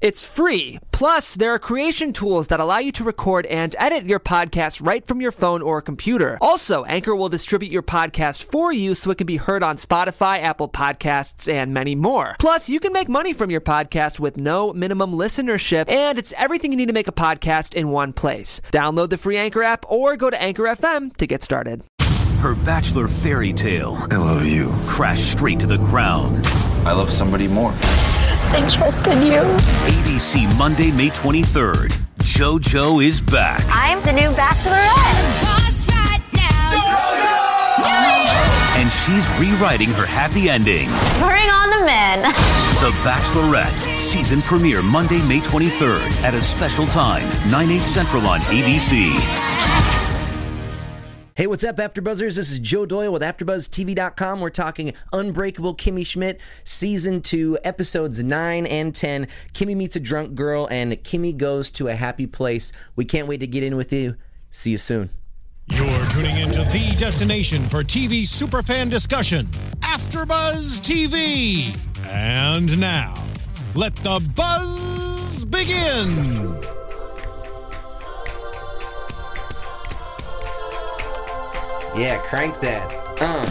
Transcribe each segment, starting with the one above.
It's free. Plus, there are creation tools that allow you to record and edit your podcast right from your phone or computer. Also, Anchor will distribute your podcast for you so it can be heard on Spotify, Apple Podcasts, and many more. Plus, you can make money from your podcast with no minimum listenership, and it's everything you need to make a podcast in one place. Download the free Anchor app or go to Anchor FM to get started. Her bachelor fairy tale I love you. crashed straight to the ground. I love somebody more. I trusted you. ABC Monday, May 23rd. JoJo is back. I'm the new bachelorette. boss right now. And she's rewriting her happy ending. Bring on the men. The Bachelorette. Season premiere Monday, May 23rd at a special time, 9, 8 central on ABC. Hey, what's up, AfterBuzzers? This is Joe Doyle with AfterBuzzTV.com. We're talking Unbreakable Kimmy Schmidt, Season 2, Episodes 9 and 10. Kimmy meets a drunk girl, and Kimmy goes to a happy place. We can't wait to get in with you. See you soon. You're tuning into the destination for TV superfan discussion, AfterBuzz TV. And now, let the buzz begin. Yeah, crank that. Uh.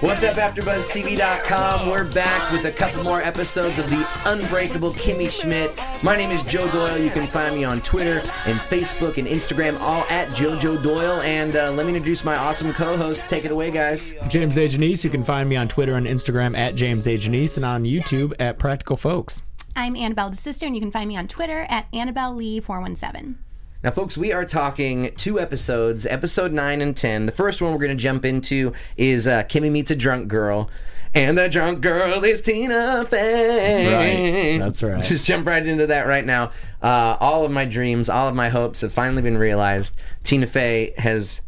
What's up, AfterBuzzTV.com? We're back with a couple more episodes of the Unbreakable Kimmy Schmidt. My name is Joe Doyle. You can find me on Twitter and Facebook and Instagram, all at JoJo Doyle. And uh, let me introduce my awesome co-host. Take it away, guys. James A. Janice. You can find me on Twitter and Instagram at James A. Janice and on YouTube at Practical Folks. I'm Annabelle DeSister, and you can find me on Twitter at Annabelle Lee 417. Now, folks, we are talking two episodes, episode 9 and 10. The first one we're going to jump into is uh, Kimmy Meets a Drunk Girl. And the drunk girl is Tina Fey. right. That's right. Just jump right into that right now. Uh, all of my dreams, all of my hopes have finally been realized. Tina Fey has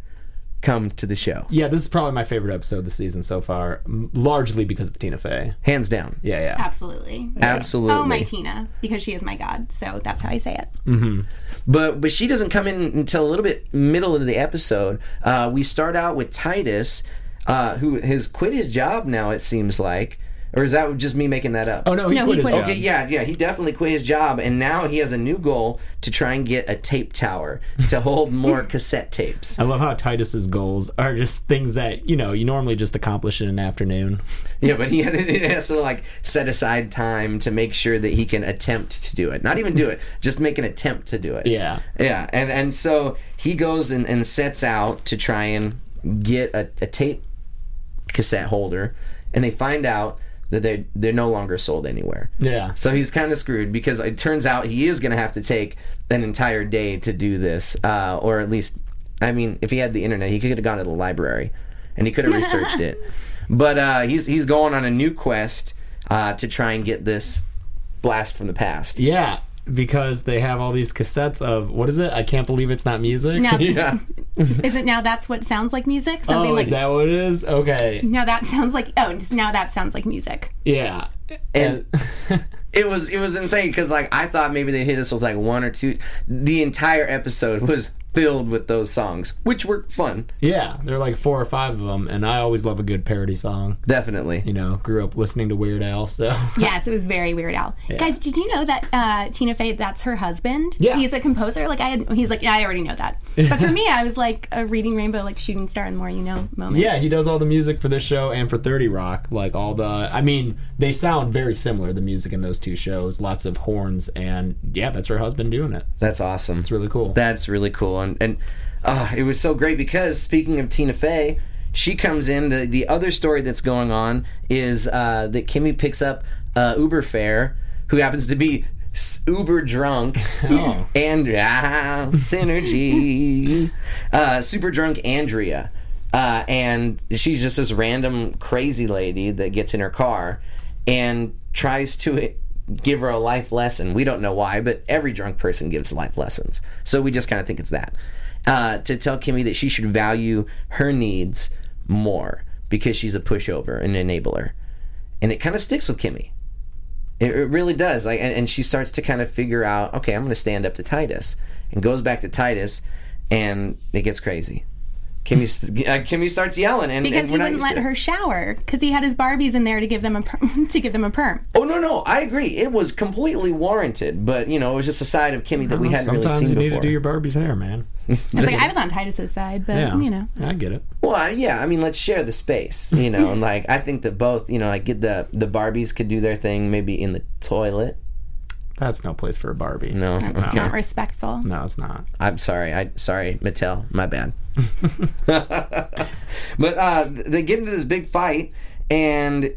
come to the show, Yeah, this is probably my favorite episode this season so far, m- largely because of Tina Fey. hands down. Yeah, yeah. Absolutely. Absolutely. Oh, my Tina, because she is my God. So that's how I say it. But but she doesn't come in until a little bit middle of the episode. Uh, we start out with Titus, uh, who has quit his job now. It seems like, or is that just me making that up? Oh no, he No, quit he his quit job. Okay, yeah, yeah, he definitely quit his job, and now he has a new goal to try and get a tape tower to hold more cassette tapes. I love how Titus's goals are just things that you know you normally just accomplish in an afternoon. Yeah, but he he has to like set aside time to make sure that he can attempt to do it. Not even do it, just make an attempt to do it. Yeah. Yeah, and and so he goes and, and sets out to try and get a, a tape cassette holder, and they find out that they they're no longer sold anywhere. Yeah. So he's kind of screwed because it turns out he is going to have to take an entire day to do this, uh, or at least, I mean, if he had the internet, he could have gone to the library, and he could have researched it. But uh, he's he's going on a new quest uh, to try and get this blast from the past. Yeah, because they have all these cassettes of what is it? I can't believe it's not music. Now, Yeah. Um, is it now that's what sounds like music? Something Oh, like, is that what it is? Okay. now that sounds like, oh, just now that sounds like music. Yeah. And- It was it was insane because like I thought maybe they hit us with like one or two. The entire episode was filled with those songs, which were fun, yeah, there are like four or five of them, and I always love a good parody song. definitely. You know, grew up listening to Weird Al, so Yes, it was very Weird Al. Guys, did you know that uh, Tina Fey, that's her husband? Yeah. He's a composer. Like, I had, he's like, yeah, I already know that. But for me, I was like a reading rainbow, like shooting star and more you know moment. Yeah, he does all the music for this show and for 30 Rock. Like all the I mean, they sound very similar the music in those two shows. Lots of horns and yeah, that's her husband doing it. That's awesome. It's really cool. That's really cool, and and uh, it was so great because speaking of Tina Fey, she comes in. The the other story that's going on is uh, that Kimmy picks up uh, Uber fare, who happens to be s- uber drunk Andrea synergy uh, super drunk andrea uh, and she's just this random crazy lady that gets in her car and tries to give her a life lesson we don't know why but every drunk person gives life lessons so we just kind of think it's that uh, to tell kimmy that she should value her needs more because she's a pushover an enabler and it kind of sticks with kimmy it, it really does. Like, and, and she starts to kind of figure out, okay, I'm going to stand up to Titus, and goes back to Titus, and it gets crazy. Kimmy, st- uh, Kimmy starts yelling, and because and he we're not wouldn't used to let it. her shower because he had his Barbies in there to give them a per- to give them a perm. Oh no, no, I agree. It was completely warranted, but you know, it was just a side of Kimmy that we hadn't Uh-huh. Sometimes really seen you need before. to do your Barbie's hair, man. I was like, I was on Titus's side, but Yeah, you know, I get it. Well, I- yeah, I mean, let's share the space, you know, and like I think that both, you know, like get the the Barbies could do their thing maybe in the toilet. That's no place for a Barbie. No, it's not respectful. no, it's not. I'm sorry. I sorry, Mattel. My bad. but uh, they get into this big fight, and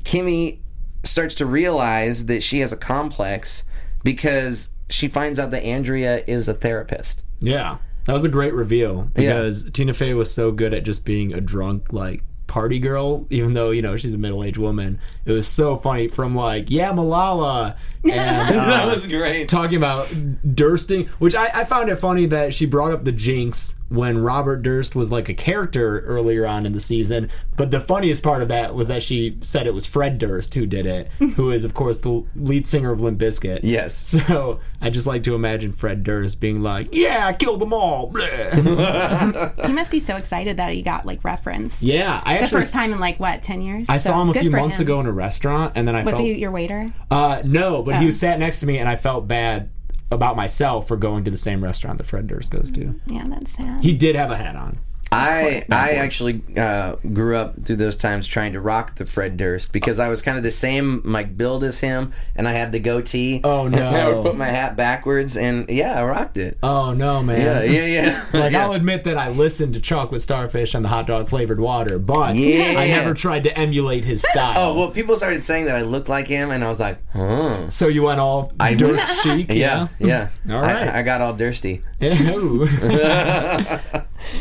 Kimmy starts to realize that she has a complex because she finds out that Andrea is a therapist. Yeah, that was a great reveal because Tina Fey was so good at just being a drunk like party girl, even though you know she's a middle aged woman. It was so funny from like yeah Malala and uh, great. talking about Dursting, which I, I found it funny that she brought up the Jinx when Robert Durst was like a character earlier on in the season. But the funniest part of that was that she said it was Fred Durst who did it, who is of course the lead singer of Limp Bizkit. Yes. So I just like to imagine Fred Durst being like, "Yeah, I killed them all." bleh." He must be so excited that he got like referenced. yeah, I the actually first time in like what ten years. I saw him a few months ago ago in a restaurant, and then I Was felt he Oh. your waiter? uh, no, but he was sat next to me, and I felt bad about myself for going to the same restaurant that Fred Durst goes to. Yeah, that's sad. He did have a hat on. I I actually uh, grew up through those times trying to rock the Fred Durst because I was kind of the same like build as him, and I had the goatee. Oh, And I no. would put my hat backwards, and yeah, I rocked it. Oh no, man! yeah, yeah, yeah. Like Yeah. I'll admit that I listened to Chocolate Starfish and the hot dog flavored water, but Yeah. I never tried to emulate his style. Oh well, people started saying that I looked like him, and I was like, huh. so you went all dirt chic, Yeah, yeah. All right. I, I got all thirsty. yeah. Ooh.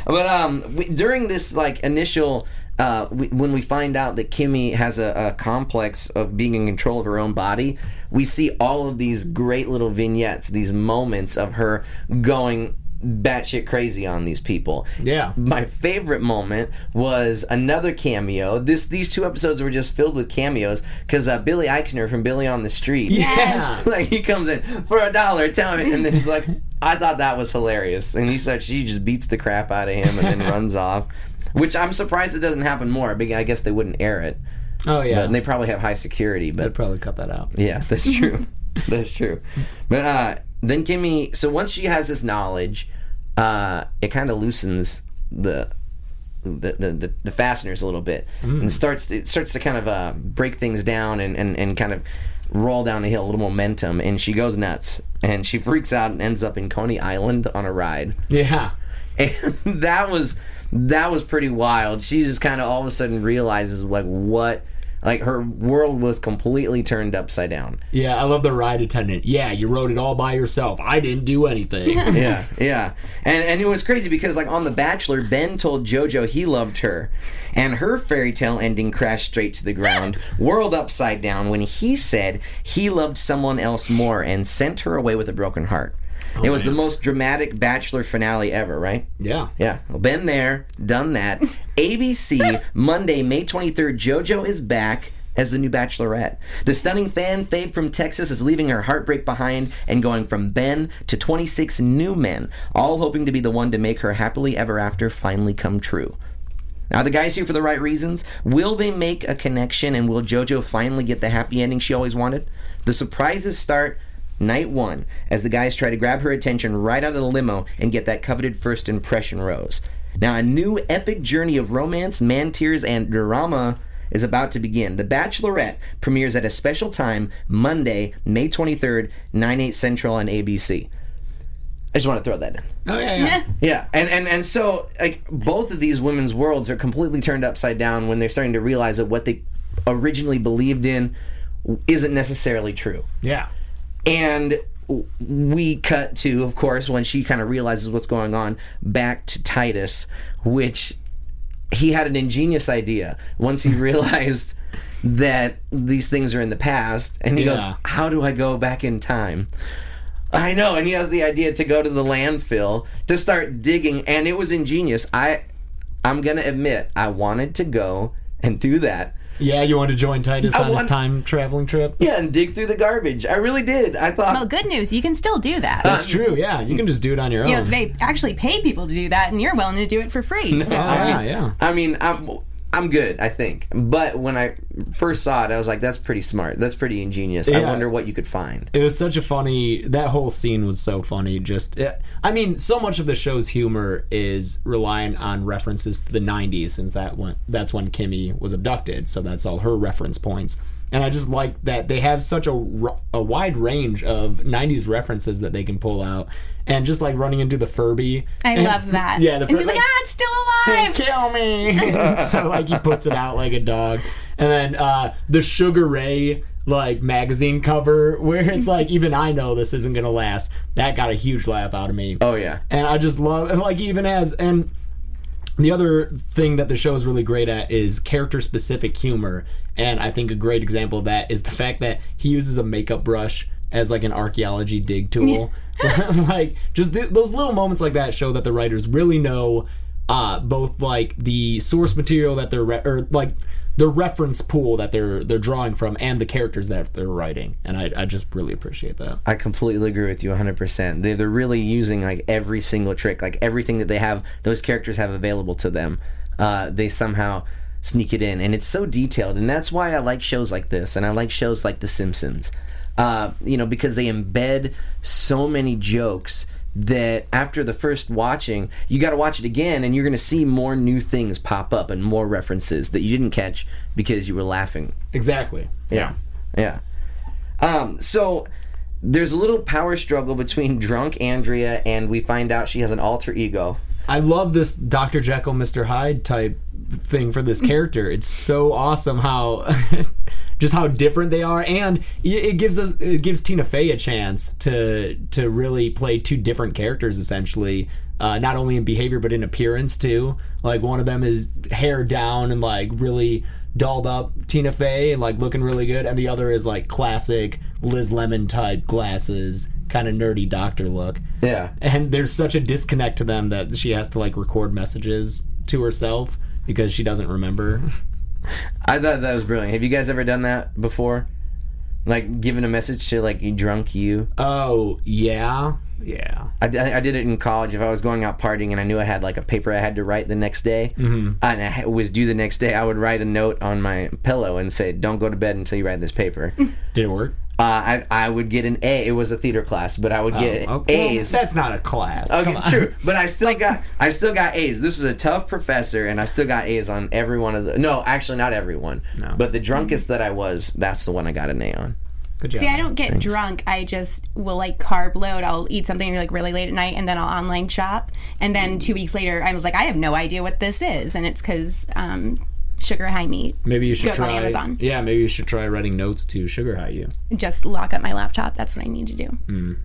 But um, we, during this like initial, uh, we, when we find out that Kimmy has a, a complex of being in control of her own body, we see all of these great little vignettes, these moments of her going batshit crazy on these people. Yeah. My favorite moment was another cameo. This these two episodes were just filled with cameos because uh, Billy Eichner from Billy on the Street. yeah. like he comes in for a dollar, tell me, and then he's like, I thought that was hilarious, and he starts, she just beats the crap out of him and then runs off, which I'm surprised it doesn't happen more. But I guess they wouldn't air it, Oh yeah. and they probably have high security. But I'd probably cut that out. yeah, that's true, that's true. But uh, then Kimmy, so once she has this knowledge, uh, it kind of loosens the. The, the, the, the fasteners a little bit and starts it starts to kind of uh, break things down and, and, and kind of roll down a hill a little momentum and she goes nuts and she freaks out and ends up in Coney Island on a ride Yeah. and that was that was pretty wild. She just kind of all of a sudden realizes like what like her world was completely turned upside down. Yeah, I love the ride attendant. Yeah, you rode it all by yourself. I didn't do anything. Yeah, yeah, and and it was crazy because like on The Bachelor, Ben told JoJo he loved her, and her fairy tale ending crashed straight to the ground, world upside down when he said he loved someone else more and sent her away with a broken heart. it was the most dramatic Bachelor finale ever, right? yeah. Yeah, well, been there, done that. ABC, Monday, May 23rd, JoJo is back as the new bachelorette. The stunning fan fave from Texas is leaving her heartbreak behind and going from Ben to 26 new men, all hoping to be the one to make her happily ever after finally come true. Are the guys here for the right reasons? Will they make a connection and will JoJo finally get the happy ending she always wanted? The surprises start night one as the guys try to grab her attention right out of the limo and get that coveted first impression rose. Now, a new epic journey of romance, man tears, and drama is about to begin. The Bachelorette premieres at a special time Monday, May 23rd, 9 8 Central on ABC. I just want to throw that in. Oh yeah. yeah. Yeah, and, and and so like both of these women's worlds are completely turned upside down when they're starting to realize that what they originally believed in isn't necessarily true. Yeah. And we cut to, of course, when she kind of realizes what's going on, back to Titus, which he had an ingenious idea once he realized that these things are in the past. And he Yeah. goes, How do I go back in time? I know. And he has the idea to go to the landfill to start digging. And it was ingenious. I. I'm gonna admit I wanted to go and do that, Yeah, you want to join Titus I on want- his time traveling trip? Yeah, and dig through the garbage. I really did. I thought Well, good news. You can still do that. That's true. Yeah, you can just do it on your own. you know, they actually pay people to do that, and you're willing to do it for free. so. Oh, yeah, yeah. I mean, I'm I'm good, I think. But when I first saw it, I was like, "That's pretty smart. That's pretty ingenious. I Yeah. wonder what you could find." It was such a funny. That whole scene was so funny. Just, eh, I mean, so much of the show's humor is reliant on references to the '90s, since that one that's when Kimmy was abducted. So that's all her reference points. And I just like that they have such a, r- a wide range of '90s references that they can pull out, and just like running into the Furby. I And- love that. Yeah, the and he's Furby- like, ah, it's still alive. kill me. so like he puts it out like a dog, and then uh, the Sugar Ray like magazine cover where it's like even I know this isn't gonna last. That got a huge laugh out of me. Oh yeah. and I just love and like even as and the other thing that the show is really great at is character specific humor, and I think a great example of that is the fact that he uses a makeup brush as like an archaeology dig tool. like just th- those little moments like that show that the writers really know uh, both like the source material that they're re- or like the reference pool that they're they're drawing from and the characters that they're writing, and I, I just really appreciate that. I completely agree with you 100%. They, they're really using like every single trick, like everything that they have, those characters have available to them. Uh, they somehow sneak it in. And it's so detailed. And that's why I like shows like this. And I like shows like The Simpsons, uh, you know, because they embed so many jokes that after the first watching, you got to watch it again and you're going to see more new things pop up and more references that you didn't catch because you were laughing Exactly. yeah. Yeah. Um, so there's a little power struggle between drunk Andrea and we find out she has an alter ego. I love this Dr. Jekyll, Mr. Hyde type thing for this character. It's so awesome how just how different they are, and it- it gives us it gives Tina Fey a chance to to really play two different characters essentially. Uh, not only in behavior but in appearance too. Like one of them is hair down and like really dolled up Tina Fey and like looking really good, and the other is like classic Liz Lemon type glasses, kind of nerdy doctor look Yeah. and there's such a disconnect to them that she has to like record messages to herself because she doesn't remember. I thought that was brilliant. Have you guys ever done that before? Like giving a message to like drunk you. Oh yeah, yeah. I, di- I did it in college. If I was going out partying and I knew I had like a paper I had to write the next day, and I ha- was due the next day, I would write a note on my pillow and say, "Don't go to bed until you write this paper." Did it work? uh, I I would get an A. It was a theater class, but I would get A's. That's not a class. Okay, Come on. true. But I still got I still got A's. This was a tough professor, and I still got A's on every one of the. No, actually, not everyone. No. Mm-hmm. But the drunkest that I was, that's the one I got an A on. Good job. See, I don't get drunk. I just will like carb load. I'll eat something like really late at night, and then I'll online shop. And then two weeks later, I was like, I have no idea what this is, and it's because um, sugar high meat. maybe you should Goes on try. Amazon. Yeah, maybe you should try writing notes to Sugar High you. Just lock up my laptop. That's what I need to do.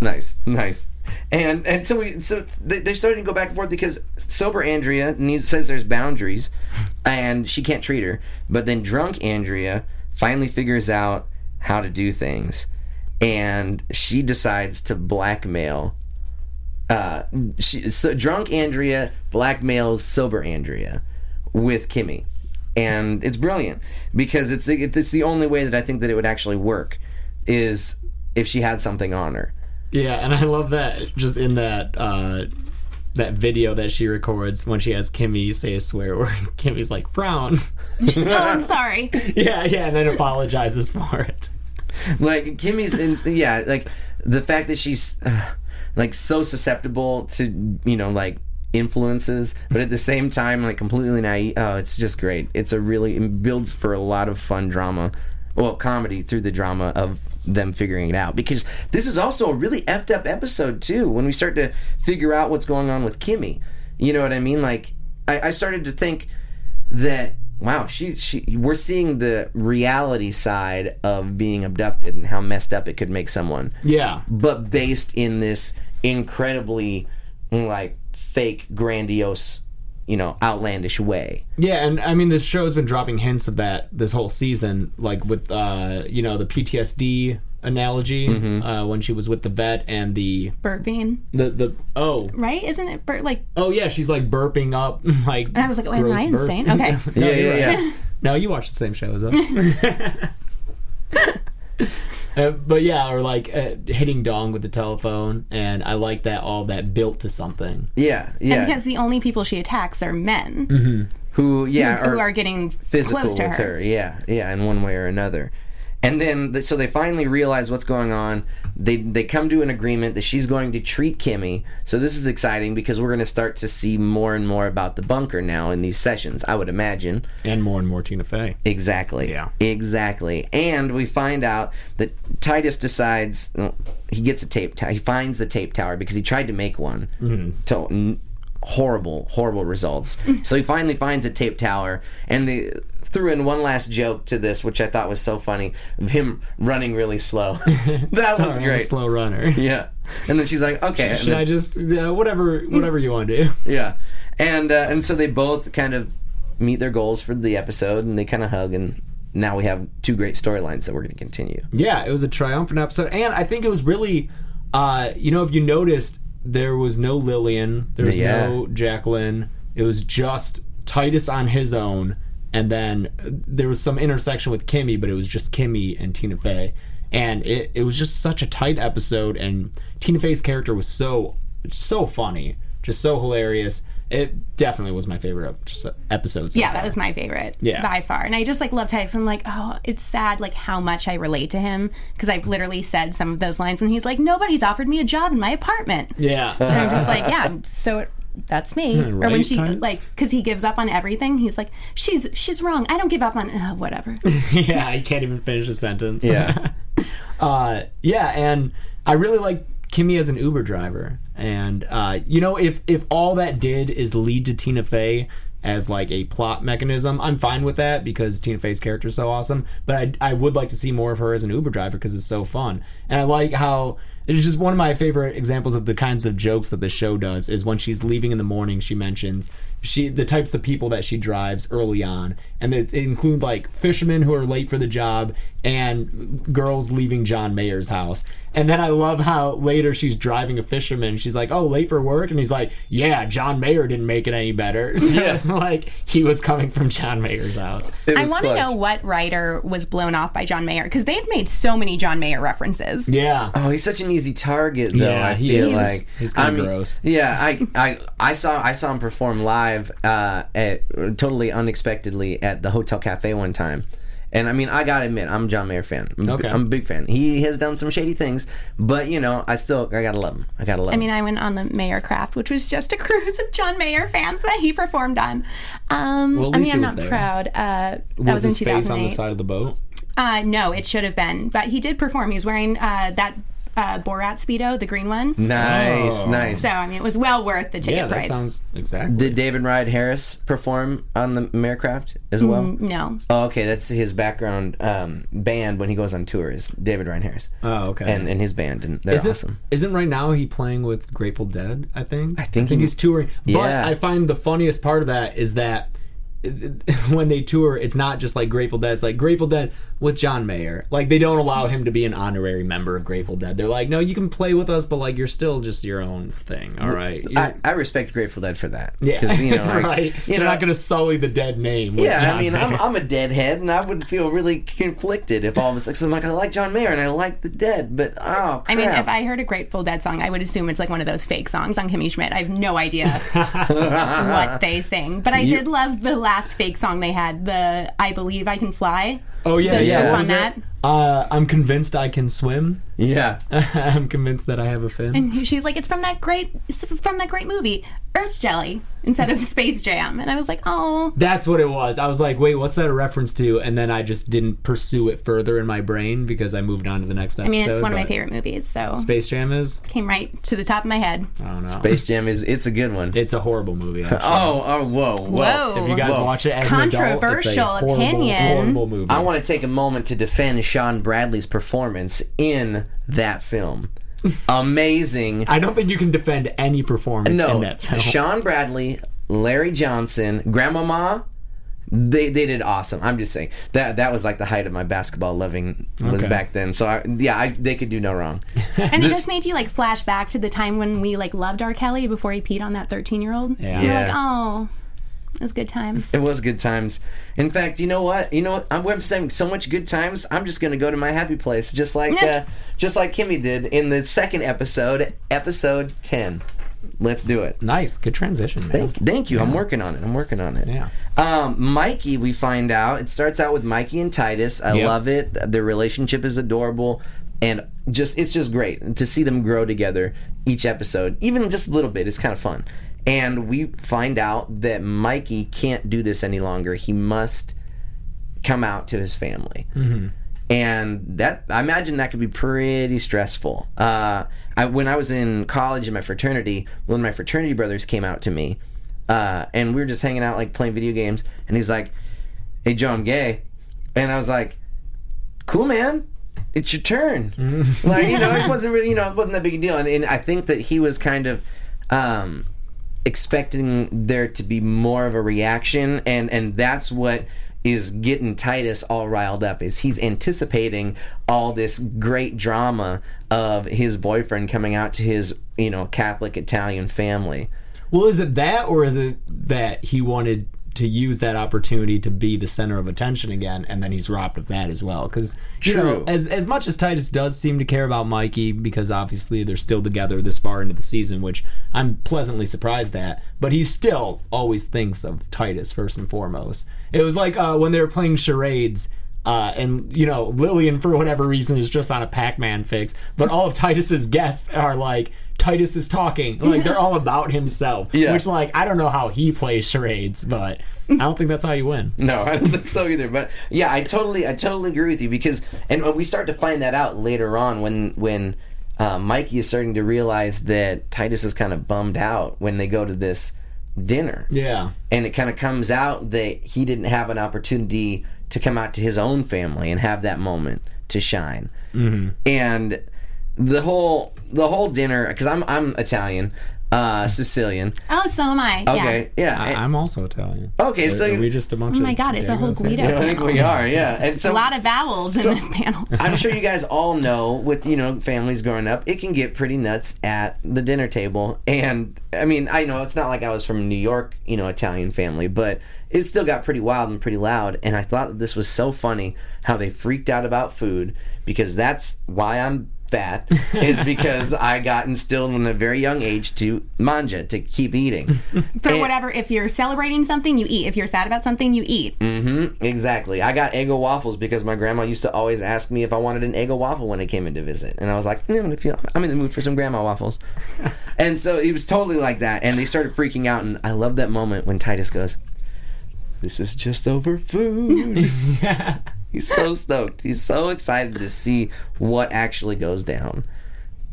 Nice, nice. And and so we so they, they're starting to go back and forth because sober Andrea needs says there's boundaries, and she can't treat her. But then drunk Andrea finally figures out how to do things, and she decides to blackmail. Uh, she so drunk Andrea blackmails sober Andrea with Kimmy, and it's brilliant because it's the, it's the only way that I think that it would actually work is if she had something on her. Yeah, and I love that just in that uh that video that she records when she has Kimmy say a swear word. Kimmy's like frown. She's like, oh, I'm sorry. yeah, yeah, and then apologizes for it. like Kimmy's in, yeah like the fact that she's uh, like so susceptible to you know like influences but at the same time like completely naive oh it's just great it's a really it builds for a lot of fun drama well comedy through the drama of them figuring it out because this is also a really effed up episode too when we start to figure out what's going on with Kimmy you know what I mean like I, I started to think that wow she, she we're seeing the reality side of being abducted and how messed up it could make someone Yeah. but based in this incredibly like fake grandiose you know outlandish way Yeah, and I mean, this show has been dropping hints of that this whole season, like with uh, you know the PTSD analogy Mm-hmm. uh, when she was with the vet and the Burping, the the oh right? Isn't it bur- like? oh yeah, she's like burping up like. And I was like, oh, am I insane? Okay. yeah yeah yeah No, you watch the same show as us. Uh, but yeah, or like uh, hitting Dong with the telephone, and I like that all that built to something. Yeah, yeah. Because the only people she attacks are men who, yeah, who are getting physical close to with her. her. Yeah, yeah, in one way or another. And then, th- so they finally realize what's going on. They they come to an agreement that she's going to treat Kimmy. So this is exciting because we're going to start to see more and more about the bunker now in these sessions. I would imagine. And more and more Tina Fey. Exactly. Yeah. Exactly. And we find out that Titus decides well, he gets a tape. tower. he finds the tape tower because he tried to make one. Mm-hmm. To n- horrible, horrible results. so he finally finds a tape tower, and they threw in one last joke to this, which I thought was so funny. of Him running really slow. that was Sorry, I'm a great. slow runner. Yeah. And then she's like, "Okay." and Should then- I just yeah, whatever whatever you want to do? yeah, and uh, and so they both kind of meet their goals for the episode, and they kind of hug, and now we have two great storylines that we're going to continue. Yeah, it was a triumphant episode, and I think it was really, uh, you know, if you noticed, there was no Lillian, there was Yeah. no Jacqueline. It was just Titus on his own, and then uh, there was some intersection with Kimmy, but it was just Kimmy and Tina Fey, and it it was just such a tight episode, and Tina Fey's character was so so funny, just so hilarious. It definitely was my favorite ep- s- episode. So Yeah, far. that was my favorite Yeah. by far. And I just like love Titus. I'm like, oh, it's sad like how much I relate to him because I've literally said some of those lines when he's like, nobody's offered me a job in my apartment. yeah. And I'm just like, yeah, so it, that's me. or when right, she Titus? like, because he gives up on everything. He's like, she's she's wrong. I don't give up on uh, whatever. yeah, I can't even finish a sentence. Yeah. uh, yeah, and I really like Kimmy as an Uber driver. And uh, you know, if if all that did is lead to Tina Fey as like a plot mechanism, I'm fine with that because Tina Fey's character is so awesome. But I, I would like to see more of her as an Uber driver because it's so fun. And I like how it's just one of my favorite examples of the kinds of jokes that the show does is when she's leaving in the morning she mentions she the types of people that she drives early on and it, it include like fishermen who are late for the job and girls leaving john mayer's house and then i love how later she's driving a fisherman she's like oh late for work and he's like yeah john mayer didn't make it any better so it's like he was coming from john mayer's house It I was want to clutch. know what writer was blown off by John Mayer because they've made so many John Mayer references. yeah Oh, he's such an easy target, though. Yeah, I he feel is. like He's kinda I mean, gross. Yeah, I, I, I saw, I saw him perform live uh, at totally unexpectedly at the Hotel Cafe one time, and I mean, I gotta admit, I'm a John Mayer fan. I'm, a bi- Okay. I'm a big fan. He has done some shady things, but you know, I still, I gotta love him. I gotta love. I mean, I went on the Mayer Craft, which was just a cruise of John Mayer fans that he performed on. Um, Well, at I least mean, it I'm was not there. proud. Uh, that was, his in face on the 2008. side of the boat Uh, no, it should have been, but he did perform. He was wearing uh, that uh, Borat speedo, the green one. him. Nice, Oh. nice. So I mean, it was well worth the ticket Mm. yeah that price. sounds exactly Did David Ryan Harris perform on the Marecraft as well? Mm-hmm. no, Oh, okay, that's his background um, band when he goes on tour is David Ryan Harris oh okay and and his band, and they're Isn't, awesome. isn't right now he playing with Grateful Dead? I think. I think he- he's touring. Yeah. But I find the funniest part of that is that when they tour, it's not just like Grateful Dead. It's like Grateful Dead with John Mayer. Like they don't allow him to be an honorary member of Grateful Dead. They're like, no, you can play with us, but like you're still just your own thing. All right. I, You're- I respect Grateful Dead for that. yeah. 'Cause, you know, like, right. you are know, not going to sully the dead name. With Yeah, John I mean, Mayer. I'm, I'm a deadhead, and I would feel really conflicted if all of a sudden 'cause I'm like, I like John Mayer and I like the Dead, but oh, crap. I mean, if I heard a Grateful Dead song, I would assume it's like one of those fake songs on Kimmy Schmidt. I have no idea what they sing, but I did love the last fake song they had, the "I Believe I Can Fly." oh yeah, the yeah. stuff what on was it? that. Uh, I'm convinced I can swim. yeah, I'm convinced that I have a fin. She's like, "It's from that great, it's from that great movie, Earth Jelly," instead of Space Jam, and I was like, "Oh, That's what it was. I was like, wait, what's that a reference to? And then I just didn't pursue it further in my brain because I moved on to the next episode. I mean, it's one of my but favorite movies, so Space Oh. Jam is? came right to the top of my head." I don't know. Space Jam is it's a good one. It's a horrible movie. actually. oh, oh, whoa, whoa. Whoa. if you guys Whoa. watch it as an adult, it's a Controversial horrible, opinion. horrible movie. I want to take a moment to defend Sean Bradley's performance in that film. Amazing. I don't think you can defend any performance in no, that film. Sean Bradley, Larry Johnson, Grandmama. They, they did awesome. I'm just saying that that was like the height of my basketball loving was Okay. back then. So I, yeah, I, they could do no wrong. And it just made you like flash back to the time when we like loved R. Kelly before he peed on that thirteen year old. Yeah. You're Yeah. like, oh, It was good times. It was good times. In fact, you know what? You know what? I'm, I'm having so much good times. I'm just gonna go to my happy place, just like uh, just like Kimmy did in the second episode, episode ten. Let's do it. Nice, good transition, man. Thank, thank you. I'm working on it. I'm working on it. Yeah. Um, Mikey, we find out it starts out with Mikey and Titus. I Yep. love it. Their relationship is adorable, and just it's just great to see them grow together each episode, even just a little bit. It's kind of fun. And we find out that Mikey can't do this any longer. He must come out to his family. And that I imagine that could be pretty stressful. Uh, I, when I was in college in my fraternity, one of my fraternity brothers came out to me, uh, and we were just hanging out, like playing video games. And he's like, "Hey, Joe, I'm gay," and I was like, "Cool, man." It's your turn. Like you know, it wasn't really you know, it wasn't that big a deal. And, and I think that he was kind of um, expecting there to be more of a reaction and and that's what is getting Titus all riled up is he's anticipating all this great drama of his boyfriend coming out to his you know Catholic Italian family. Well, is it that, or is it that he wanted to use that opportunity to be the center of attention again, and then he's robbed of that as well? Because you know, True. as as much as Titus does seem to care about Mikey, because obviously they're still together this far into the season, which I'm pleasantly surprised at. But he still always thinks of Titus first and foremost. It was like uh, when they were playing charades. Uh, and you know Lillian, for whatever reason, is just on a Pac-Man fix. But all of Titus's guests are like, Titus is talking. Like they're all about himself. Yeah. Which like I don't know how he plays charades, but I don't think that's how you win. No, I don't think so either. But yeah, I totally, I totally agree with you because, and we start to find that out later on when when uh, Mikey is starting to realize that Titus is kind of bummed out when they go to this dinner. Yeah. and it kind of comes out that he didn't have an opportunity to come out to his own family and have that moment to shine. Mm-hmm. And the whole the whole dinner because I'm I'm Italian, uh, Sicilian. Oh, so am I. Okay, yeah. I, I'm also Italian. Okay, Are- so are you- we just a bunch Yeah. Oh of my God, it's a whole Diego's here? Guido. I think we are, yeah. And so A lot of vowels in so- this panel. I'm sure you guys all know with you know families growing up, it can get pretty nuts at the dinner table. And I mean, I know it's not like I was from New York, you know, Italian family, but it still got pretty wild and pretty loud. And I thought that this was so funny how they freaked out about food because that's why I'm fat is because I got instilled in a very young age to manja to keep eating. For And- whatever, if you're celebrating something, you eat. If you're sad about something, you eat. Exactly. I got Eggo waffles because my grandma used to always ask me if I wanted an Eggo waffle when I came in to visit, and I was like, "Mm, I'm gonna feel, I'm in the mood for some grandma waffles. and so it was totally like that, and they started freaking out, and I love that moment when Titus goes, "This is just over food." He's so stoked. He's so excited to see what actually goes down.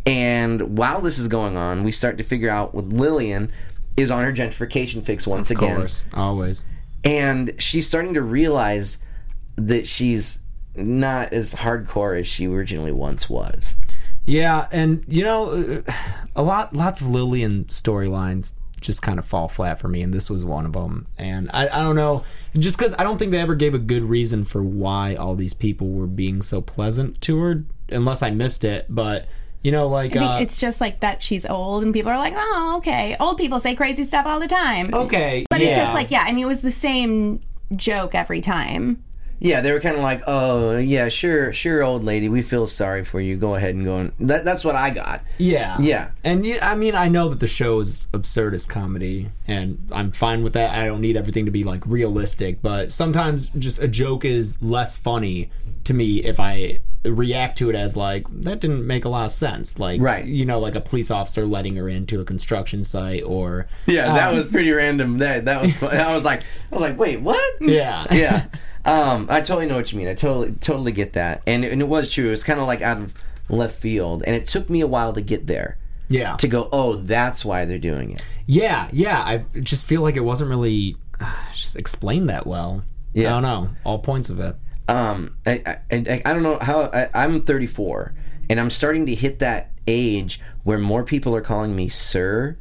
And while this is going on, we start to figure out what Lillian is on her gentrification fix once Of again course, always. and she's starting to realize that she's not as hardcore as she originally once was. Yeah, and you know, uh, a lot, lots of Lillian storylines just kind of fall flat for me, and this was one of them. And I, I don't know, just because I don't think they ever gave a good reason for why all these people were being so pleasant to her, unless I missed it. But you know, like I uh, think it's just like that she's old, and people are like, oh, okay. Old people say crazy stuff all the time. okay, But yeah. it's just like, yeah, I mean, it was the same joke every time. Yeah, they were kind of like, "Oh, yeah, sure, sure, old lady, we feel sorry for you. Go ahead and go." On. That, that's what I got. Yeah. Yeah. And y- I mean, I know that the show is absurdist comedy, and I'm fine with that. I don't need everything to be like realistic, but sometimes just a joke is less funny to me if I react to it as like that didn't make a lot of sense like Right. you know like a police officer letting her into a construction site or Yeah, that was pretty random. That that was. Fun. I was like, I was like, "Wait, what?" yeah yeah. Um, I totally know what you mean. I totally totally get that. And and it was true. It was kind of like out of left field, and it took me a while to get there yeah to go, "Oh, that's why they're doing it." yeah yeah i just feel like it wasn't really uh, just explained that well Yeah. i don't know all points of it um, I, I, I, I don't know how I, I'm 34 and I'm starting to hit that age where more people are calling me sir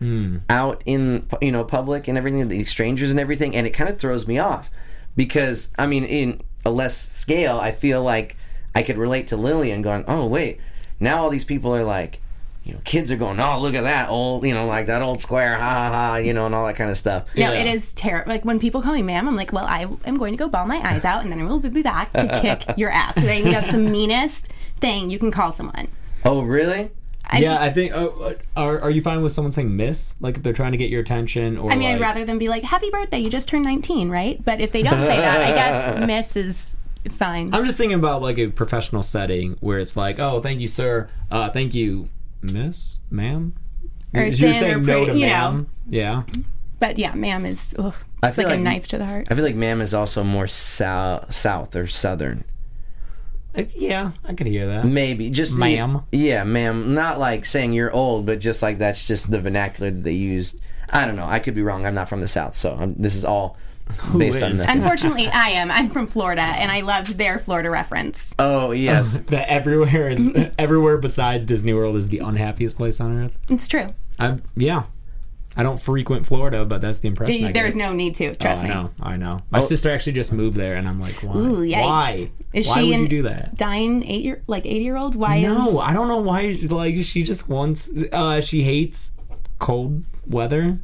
out in you know public and everything the strangers and everything and it kind of throws me off because I mean in a less scale I feel like I could relate to Lillian going oh wait now all these people are like you know, kids are going, oh, look at that old, you know, like that old square, ha ha ha, you know, and all that kind of stuff. No, it is terrible. Like when people call me ma'am, I'm like, well, I am going to go bawl my eyes out, and then I will be back to kick your ass. 'Cause I think that's the meanest thing you can call someone. Oh, really? yeah, I think. Uh, uh, are are you fine with someone saying miss? Like if they're trying to get your attention, or I mean, like, I'd rather than be like, happy birthday, you just turned 19, right? But if they don't say that, I guess miss is fine. I'm just thinking about like a professional setting where it's like, oh, thank you, sir. Uh, thank you, miss, ma'am. Or You're thin saying or no pretty, to you know. ma'am. Yeah. But yeah, ma'am is, ugh, I it's feel like, a like- knife to the heart. I feel like ma'am is also more south, south or southern. Uh, Yeah, I could hear that. Maybe just Ma'am. Yeah, ma'am. Not like saying you're old, but just like that's just the vernacular that they used. I don't know. I could be wrong. I'm not from the South, so I'm, this is all based on is? this. Unfortunately, I am. I'm from Florida, and I love their Florida reference. Oh yes, That everywhere is everywhere besides Disney World is the unhappiest place on earth. It's true. I yeah. I don't frequent Florida, but that's the impression. I There's get. no need to Oh, trust I me. know. I know. My sister actually just moved there, and I'm like, why? Ooh, yikes. Why? Is why she would you an- do that? Dying eight year like eight year old. Why is No, I don't know why. Like she just wants. Uh, she hates cold weather.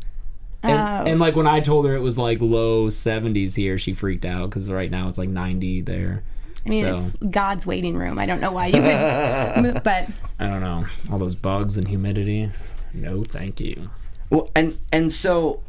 And, Oh. and like when I told her it was like low 70s here, she freaked out because right now it's like 90 there. I mean, so it's God's waiting room. I don't know why you would, move, but I don't know. All those bugs and humidity. No, thank you. well, and and so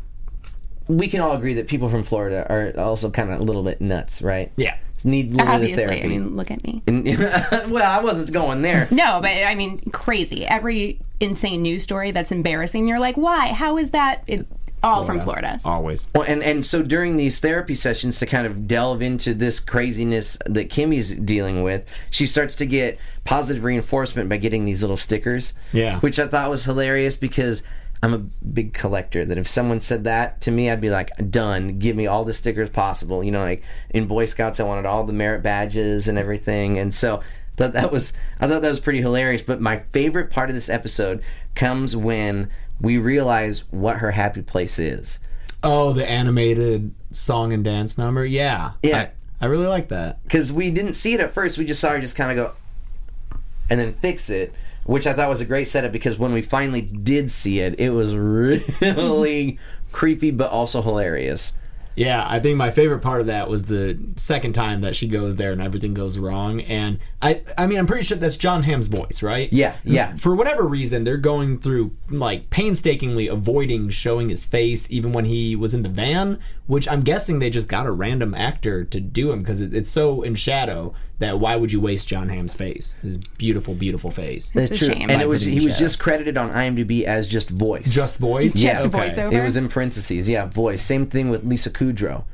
we can all agree that people from Florida are also kind of a little bit nuts, right? Yeah. Need a little bit of obviously, therapy. I mean, look at me. well, I wasn't going there. No, but I mean, crazy. Every insane news story that's embarrassing, you're like, why? How is that? It, all from Florida. Always. Well, and and so during these therapy sessions to kind of delve into this craziness that Kimmy's dealing with, she starts to get positive reinforcement by getting these little stickers. Yeah. which I thought was hilarious because. I'm a big collector. That if someone said that to me, I'd be like, "Done. Give me all the stickers possible." You know, like in Boy Scouts, I wanted all the merit badges and everything. And so, thought that was I thought that was pretty hilarious. But my favorite part of this episode comes when we realize what her happy place is. Oh, the animated song and dance number. Yeah. Yeah. I, I really like that. because we didn't see it at first. We just saw her just kind of go and then fix it, which I thought was a great setup because when we finally did see it, it was really creepy but also hilarious. Yeah, I think my favorite part of that was the second time that she goes there and everything goes wrong. And I, I mean, I'm pretty sure that's John Hamm's voice, right? Yeah, yeah. For whatever reason, they're going through like painstakingly avoiding showing his face, even when he was in the van. Which I'm guessing they just got a random actor to do him because it, it's so in shadow that why would you waste John Hamm's face, his beautiful, beautiful face? It's a shame. And it was pretty he was shy. just credited on IMDb as just voice. Just voice. Just Okay. voiceover. It was in parentheses. Yeah, voice. Same thing with Lisa Kudrow,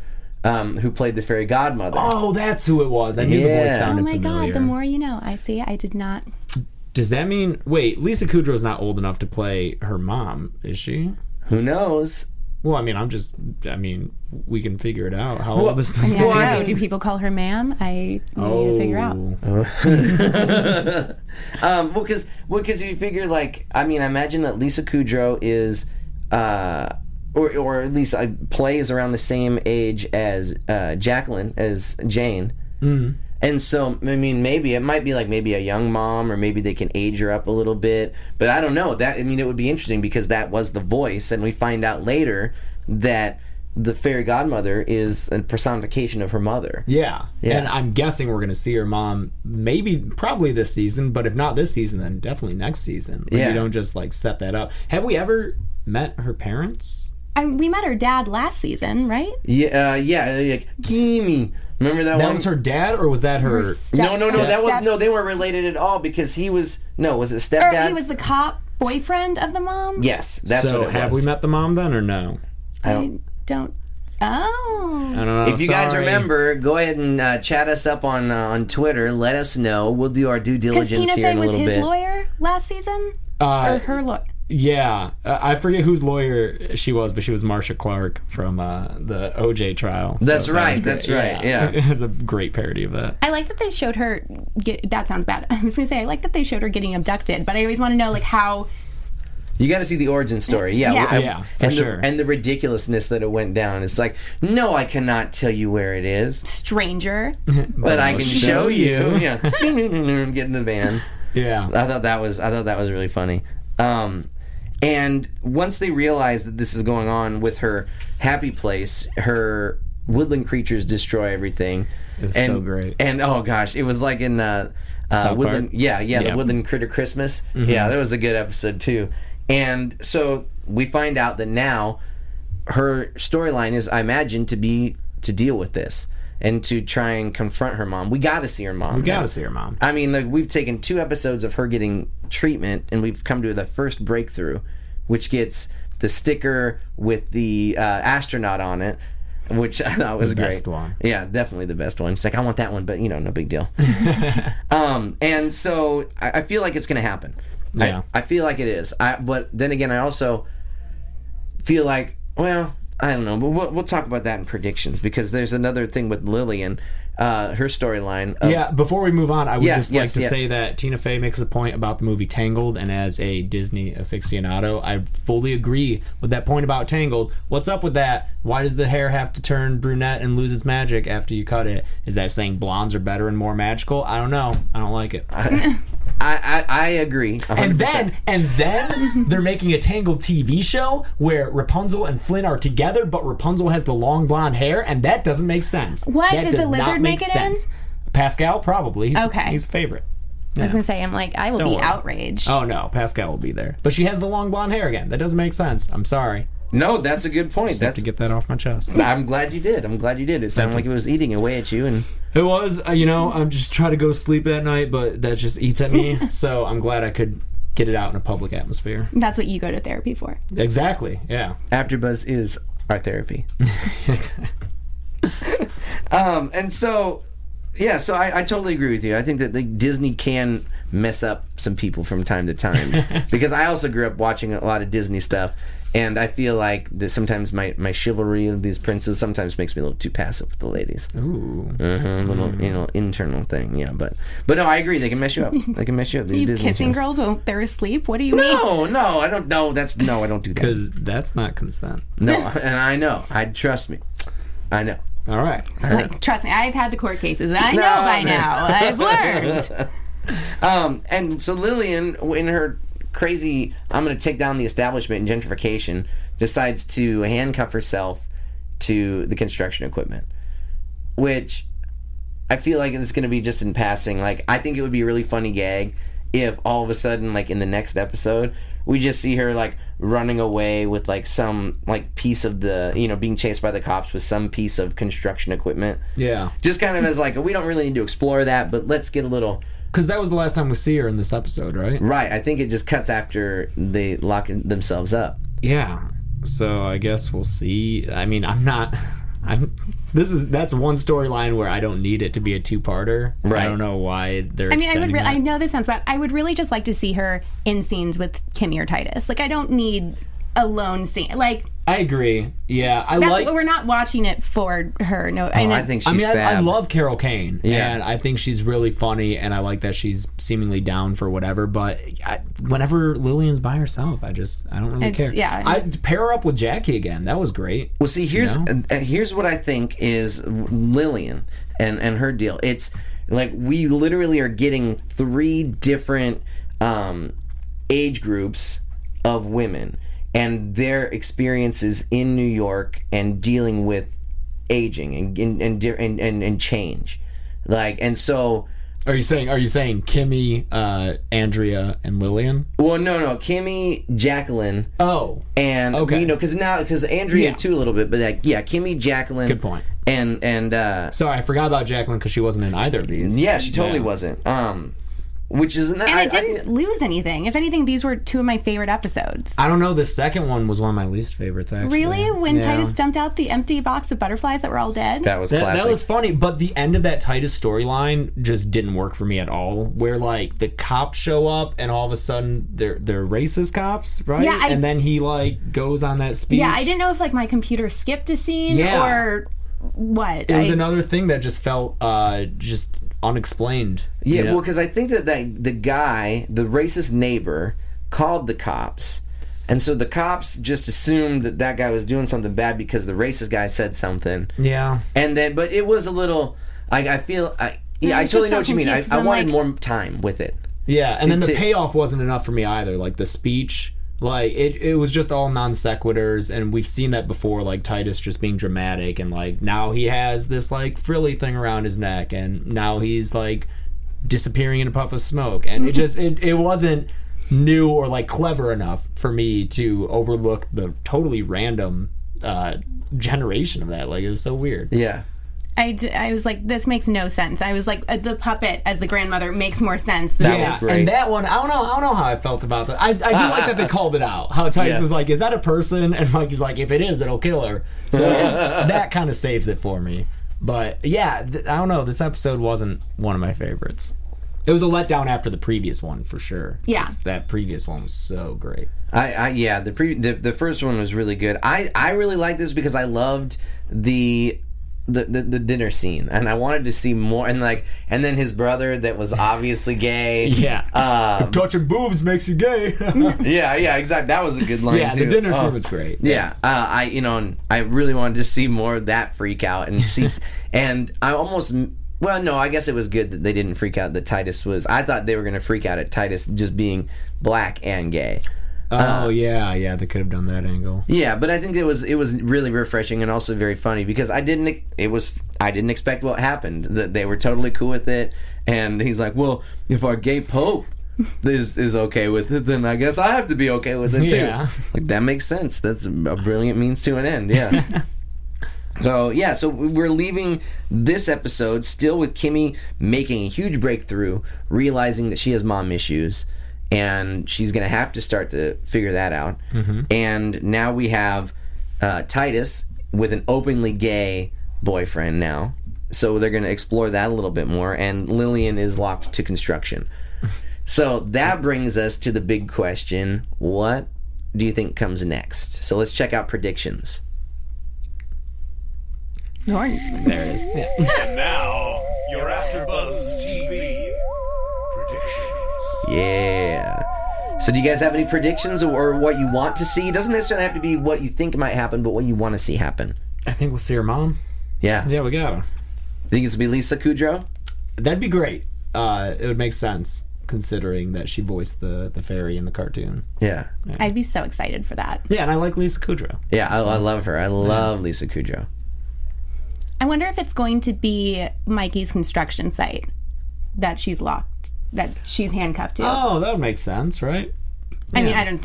um, who played the fairy godmother. Oh, that's who it was. I knew the voice Yeah. Oh sounded my familiar. God! The more you know. I see. I did not. Does that mean wait, Lisa Kudrow's not old enough to play her mom, is she? Who knows? Well, I mean, I'm just I mean, we can figure it out. How old is I mean, Lisa? I don't know. Do people call her ma'am? I need to figure out. Oh. Um, well, because you figure like I mean, I imagine that Lisa Kudrow is, uh, or or at least I plays around the same age as uh, Jacqueline as Jane. Mm. And so, I mean, maybe it might be like maybe a young mom, or maybe they can age her up a little bit. But I don't know. That I mean, it would be interesting because that was the voice, and we find out later that the fairy godmother is a personification of her mother. Yeah. Yeah. And I'm guessing we're going to see her mom maybe probably this season, but if not this season then definitely next season. Like, Yeah. We don't just like set that up. Have we ever met her parents? I, we met her dad last season, right? Yeah, uh, yeah. Like, Kimi, remember that, That one? was her dad or was that her, No, no, no. Step- That was step- no. They weren't related at all because he was no. Was it Or stepdad? Er, he was the cop boyfriend of the mom. yes, that's So what it have was. we met the mom then or no? I I don't, don't. Oh. I don't know. if you guys sorry. remember, go ahead and uh, chat us up on uh, on Twitter. Let us know. We'll do our due Because diligence here Tina Fey in a was little his bit. lawyer last season, Uh, or her lawyer. Yeah, uh, I forget whose lawyer she was, but she was Marsha Clark from uh, the OJ trial. So That's that right, was great. that's right, yeah. it was a great parody of that. I like that they showed her. Get, that sounds bad. I was gonna say I like that they showed her getting abducted, but I always want to know like how. You got to see the origin story. Yeah, Yeah. I- Yeah, for and the, sure. And the ridiculousness that it went down. It's like, no, I cannot tell you where it is, Stranger. but I I'll can show show you. you. Yeah, get in the van. Yeah, Uh, I thought that was I thought that was really funny. Um, and once they realize that this is going on with her happy place, her woodland creatures destroy everything. It was and, so great. And oh gosh, it was like in uh, uh, South woodland. Park? Yeah, yeah, Yeah. Mm-hmm. the woodland critter Christmas. Yeah, that was a good episode too. And so we find out that now her storyline is, I imagine, to be to deal with this and to try and confront her mom. We got to see her mom. You gotta see her mom. I mean, like we've taken two episodes of her getting treatment, and we've come to the first breakthrough, which gets the sticker with the uh, astronaut on it, which I thought was great. best one. Yeah, definitely the best one. She's like, I want that one, but you know, no big deal. um, and so I, I feel like it's going to happen. I- Yeah. I, feel like it is. I, but then again, I also feel like, well, I don't know, but we'll, we'll talk about that in predictions because there's another thing with Lillian, uh, her storyline. of- Yeah, before we move on, I would Yeah, just yes, like to yes. say that Tina Fey makes a point about the movie Tangled, and as a Disney aficionado, I fully agree with that point about Tangled. What's up with that? Why does the hair have to turn brunette and lose its magic after you cut it? Is that saying blondes are better and more magical? I don't know. I don't like it. I, I, I agree. 100%. And then, and then they're making a Tangled TV show where Rapunzel and Flynn are together, but Rapunzel has the long blonde hair, and that doesn't make sense. What? That Did the does not lizard make it in? Pascal, probably. He's, Okay. He's a favorite. I was gonna say, I'm like, I will be worry. outraged. Oh no, Pascal will be there, but she has the long blonde hair again. That doesn't make sense. I'm sorry. No, that's a good point. Have That's to get that off my chest. I'm glad you did. I'm glad you did. It sounded like it was eating away at you, and It was, uh, you know, I'm just trying to go sleep at night, but that just eats at me. so I'm glad I could get it out in a public atmosphere. That's what you go to therapy for. Exactly. Yeah. AfterBuzz is our therapy. um, and so, yeah, so I, I totally agree with you. I think that like, Disney can mess up some people from time to time because I also grew up watching a lot of Disney stuff. And I feel like that sometimes my, my chivalry of these princes sometimes makes me a little too passive with the ladies. Ooh. Mhm, Mm. little you know internal thing, yeah. But but no, I agree. They can mess you up. They can mess you up. These You Disney kissing shows. girls while they're asleep? What do you mean? No, no, I don't. No, that's no, I don't do that. Because that's not consent. No, and I know. I trust me. I know. All right. It's like, trust me, I've had the court cases. I know by no. now. I've learned. Um, and so Lillian, in her crazy, I'm going to take down the establishment and gentrification, decides to handcuff herself to the construction equipment, which I feel like it's going to be just in passing. Like, I think it would be a really funny gag if all of a sudden, like in the next episode, we just see her like running away with like some like piece of the you know being chased by the cops with some piece of construction equipment. Yeah. Just kind of as like we don't really need to explore that, but let's get a little Because that was the last time we see her in this episode, right? Right. I think it just cuts after they lock themselves up. Yeah. So I guess we'll see. I mean, I'm not. I'm. This is that's one storyline where I don't need it to be a two-parter. Right. I don't know why they're. I mean, I would. Re- extending I that. know this sounds bad. I would really just like to see her in scenes with Kimmy or Titus. Like, I don't need a lone scene. Like, I agree. Yeah, I that's like. what we're not watching it for her. No, Oh, know. I think she's I mean, I, I fab. love Carol Kane, Yeah. and I think she's really funny, and I like that she's seemingly down for whatever. But I, whenever Lillian's by herself, I just I don't really It's- care. yeah. I pair her up with Jackie again. That was great. Well, see, here's No. uh, here's what I think is Lillian and and her deal. It's like we literally are getting three different um, age groups of women and their experiences in New York and dealing with aging and and and di- and, and, and change. Like and so Are you saying Are you saying Kimmy, uh, Andrea, and Lillian? well no no Kimmy Jacqueline Oh, and Okay. you know because now because Andrea Yeah. too a little bit, but like yeah, Kimmy Jacqueline. Good point. And and uh, sorry, I forgot about Jacqueline because she wasn't in either of these. yeah, she totally Yeah. wasn't. Um, which is and and I, didn't lose anything. If anything, these were two of my favorite Mm-hmm. episodes. I don't know. The second one was one of my least favorites. Actually, Really, when Yeah. Titus dumped out the empty box of butterflies that were all dead. that was That, classic. that was funny, but the end of that Titus storyline just didn't work for me at all. Where like the cops show up and all of a sudden they're they're racist cops, right? Yeah, I- and then he like goes on that speech. yeah, I didn't know if like my computer skipped a scene Yeah. or what. It was I- another thing that just felt uh just unexplained. yeah, you know? well, because I think that, that the guy, the racist neighbor, called the cops, and so the cops just assumed that that guy was doing something bad because the racist guy said something, yeah. and then but it was a little. I, I feel I yeah, I was just totally know so what you mean. I, confused, I 'cause I'm wanted like- more time with it. Yeah, and then the It's- payoff wasn't enough for me either. Like the speech, like it, it was just all non sequiturs, and we've seen that before. Like Titus just being dramatic, and like now he has this like frilly thing around his neck, and now he's like disappearing in a puff of smoke, and it just it, it wasn't new or like clever enough for me to overlook the totally random uh generation of that. Like it was so weird. Yeah. I, d- I was like, this makes no sense. I was like, uh, the puppet as the grandmother makes more sense than That was this. great. And that one, I don't know, I don't know how I felt about that. I, I do like that they called it out. How Titus Yeah. was like, "Is that a person?" And Mikey's like, "If it is, it'll kill her." So that kind of saves it for me. But yeah, th- I don't know. This episode wasn't one of my favorites. It was a letdown after the previous one for sure. Yeah. 'Cause that previous one was so great. I, I yeah the, pre- the the first one was really good. I I really liked this because I loved the. The, the, the dinner scene and I wanted to see more and like and then his brother that was obviously gay Um, if touching boobs makes you gay. yeah yeah exactly that was a good line yeah, too. the dinner Oh. scene was great. yeah uh, I you know and I really wanted to see more of that freak out and see and I almost well no I guess it was good that they didn't freak out that Titus was I thought they were gonna freak out at Titus just being black and gay Uh, Oh yeah, yeah. They could have done that angle. Yeah, but I think it was it was really refreshing and also very funny because I didn't it was I didn't expect what happened that they were totally cool with it and he's like, well, if our gay pope is is okay with it, then I guess I have to be okay with it too. Yeah. Like that makes sense. That's a brilliant means to an end. Yeah. So yeah, so we're leaving this episode still with Kimmy making a huge breakthrough, realizing that she has mom issues, and she's gonna have to start to figure that out. And now we have uh, Titus with an openly gay boyfriend now, so they're gonna explore that a little bit more. And Lillian is locked to construction. So that brings us to the big question: What do you think comes next? So let's check out predictions. There it is. Yeah. Now, your AfterBuzz TV predictions. Yeah. So do you guys have any predictions or, or what you want to see? It doesn't necessarily have to be what you think might happen, but what you want to see happen. I think we'll see her mom. Yeah. Yeah, we got her. Think it's gonna be Lisa Kudrow? That'd be great. Uh, it would make sense considering that she voiced the the fairy in the cartoon. Yeah. I'd be so excited for that. Yeah, and I like Lisa Kudrow. Yeah, I, I love her. I love Lisa Kudrow. I wonder if it's going to be Mikey's construction site that she's locked, that she's handcuffed to. Oh, that would make sense, right? I mean, I don't.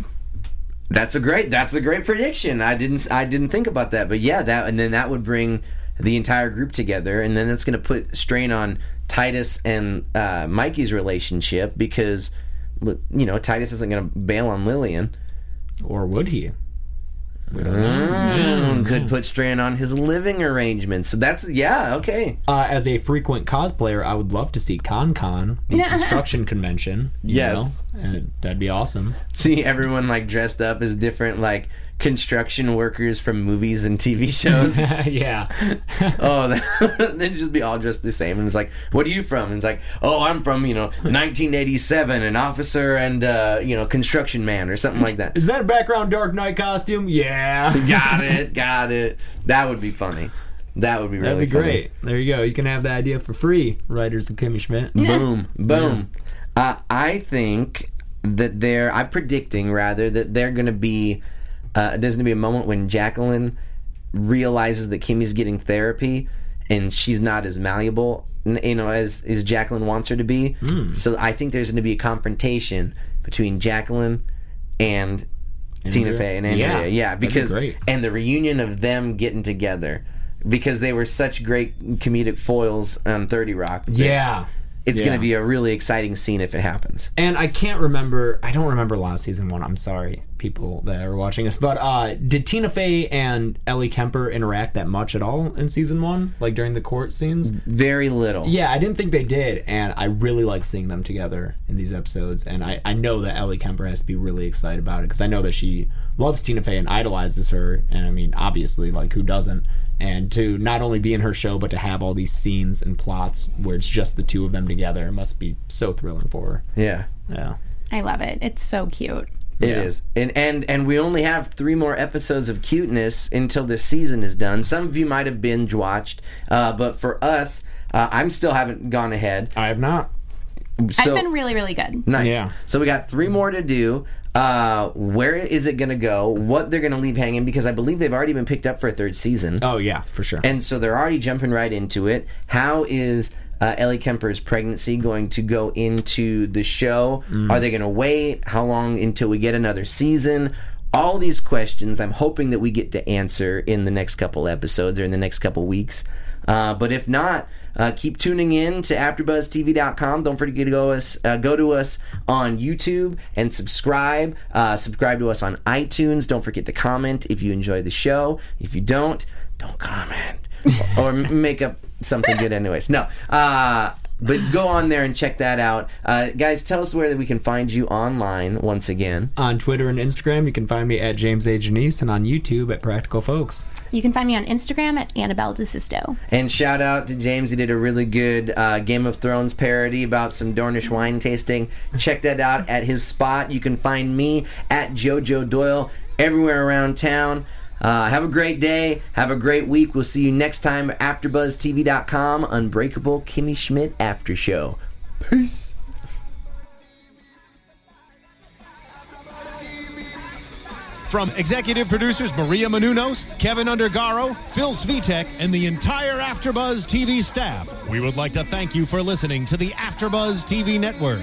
That's a great that's a great prediction. I didn't I didn't think about that. But yeah, that and then that would bring the entire group together and then that's going to put strain on Titus and uh, Mikey's relationship because you know, Titus isn't going to bail on Lillian. Or would he? Uh-huh. Mm, could put strain on his living arrangements. So that's yeah, okay. Uh, as a frequent cosplayer, I would love to see Con Con, the construction convention. you Yes. know? And that'd be awesome. See everyone like dressed up as different like construction workers from movies and TV shows. yeah. oh, that, they'd just be all dressed the same. And it's like, what are you from? And it's like, oh, I'm from you know 1987, an officer and uh, you know construction man or something like that. Is that a background Dark Knight costume? Yeah. got it, got it. That would be funny. That would be That'd really be funny. great. There you go. You can have the idea for free, writers of Kimmy Schmidt. boom, boom. Uh, I think that they're. I'm predicting rather that they're going to be. Uh, there's going to be a moment when Jacqueline realizes that Kimmy's getting therapy, and she's not as malleable, n- you know, as as Jacqueline wants her to be. Hmm. So I think there's going to be a confrontation between Jacqueline and. Tina Andrea? Fey and Andrea, yeah, Yeah, that'd be because great. and the reunion of them getting together because they were such great comedic foils on Thirty Rock. that- Yeah. it's Yeah. going to be a really exciting scene if it happens. And I can't remember. I don't remember last season one. I'm sorry, people that are watching us. But uh, did Tina Fey and Ellie Kemper interact that much at all in season one, like during the court scenes? Very little. Yeah, I didn't think they did, and I really like seeing them together in these episodes. And I, I know that Ellie Kemper has to be really excited about it because I know that she loves Tina Fey and idolizes her. And I mean, obviously, like who doesn't? And to not only be in her show, but to have all these scenes and plots where it's just the two of them together must be so thrilling for her. Yeah. Yeah. I love it. It's so cute. It is. And and and we only have three more episodes of cuteness until this season is done. Some of you might have binge watched, uh, but for us, uh, I'm still haven't gone ahead. I have not. So, I've been really, really good. Nice. Yeah. So we got three more to do. Uh, where is it going to go? What they're going to leave hanging? Because I believe they've already been picked up for a third season. Oh yeah, for sure. And so they're already jumping right into it. How is uh, Ellie Kemper's pregnancy going to go into the show? Are they going to wait? How long until we get another season? All these questions I'm hoping that we get to answer in the next couple episodes or in the next couple weeks. Uh, but if not, uh, keep tuning in to AfterBuzzTV.com. Don't forget to go us uh, go to us on YouTube and subscribe. Uh, subscribe to us on iTunes. Don't forget to comment if you enjoy the show. If you don't, don't comment or make up something good, anyways. No. Uh, but go on there and check that out, uh, guys. Tell us where we can find you online once again. on Twitter and Instagram, you can find me at James A. Janice and on YouTube at Practical Folks. You can find me on Instagram at Annabelle DeSisto. And shout out to James. He did a really good uh, Game of Thrones parody about some Dornish wine tasting. Check that out at his spot. You can find me at JoJo Doyle everywhere around town. Uh, have a great day. Have a great week. We'll see you next time at AfterBuzzTV.com Unbreakable Kimmy Schmidt After Show. Peace. From executive producers Maria Manunos, Kevin Undergaro, Phil Svitek, and the entire Afterbuzz TV staff, we would like to thank you for listening to the Afterbuzz TV network.